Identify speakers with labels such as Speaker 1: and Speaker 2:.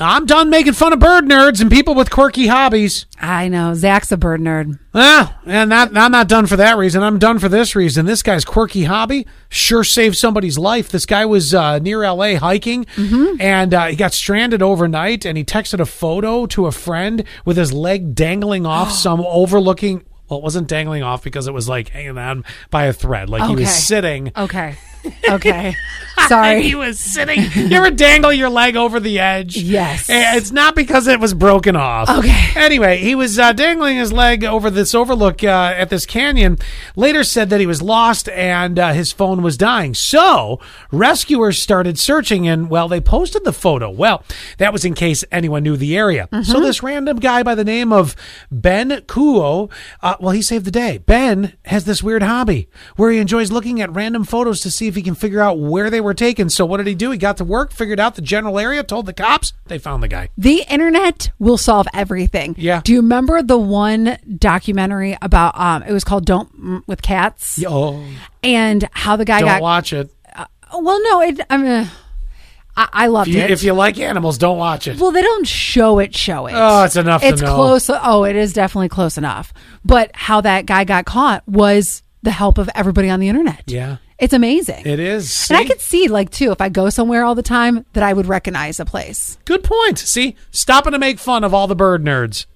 Speaker 1: I'm done making fun of bird nerds and people with quirky hobbies.
Speaker 2: I know. Zach's a bird nerd.
Speaker 1: Ah, and that, I'm not done for that reason. I'm done for this reason. This guy's quirky hobby sure saved somebody's life. This guy was uh, near LA hiking and uh, he got stranded overnight and he texted a photo to a friend with his leg dangling off some overlooking. Well, it wasn't dangling off because it was like hanging on by a thread. Like he was
Speaker 2: Okay.
Speaker 1: sitting.
Speaker 2: Okay. Okay.
Speaker 1: He
Speaker 2: Sorry.
Speaker 1: was sitting. You ever dangle your leg over the edge?
Speaker 2: Yes.
Speaker 1: Eh, It's not because it was broken off.
Speaker 2: Okay.
Speaker 1: Anyway, he was uh, dangling his leg over this overlook uh, at this canyon. Later said that he was lost and uh, his phone was dying. So rescuers started searching and, well, they posted the photo. Well, that was in case anyone knew the area. So this random guy by the name of Ben Kuo, uh, well, he saved the day. Ben has this weird hobby where he enjoys looking at random photos to see if he can figure out where they were taken. So what did he do? He got to work, figured out the general area, told the cops. They found the guy.
Speaker 2: The internet will solve everything.
Speaker 1: Yeah.
Speaker 2: Do you remember the one documentary about um it was called Don't M- with Cats
Speaker 1: Oh.
Speaker 2: and how the guy
Speaker 1: don't
Speaker 2: got
Speaker 1: watch it.
Speaker 2: Well, no, it I mean I, I loved
Speaker 1: If you,
Speaker 2: it.
Speaker 1: if you like animals, don't watch it.
Speaker 2: Well, they don't show it, show it.
Speaker 1: Oh, it's enough to
Speaker 2: It's
Speaker 1: know.
Speaker 2: close. Oh, it is definitely close enough. But how that guy got caught was the help of everybody on the internet.
Speaker 1: Yeah.
Speaker 2: It's amazing.
Speaker 1: It is. See?
Speaker 2: and I could see, like, too, if I go somewhere all the time, that I would recognize a place.
Speaker 1: Good point. See, stopping to make fun of all the bird nerds.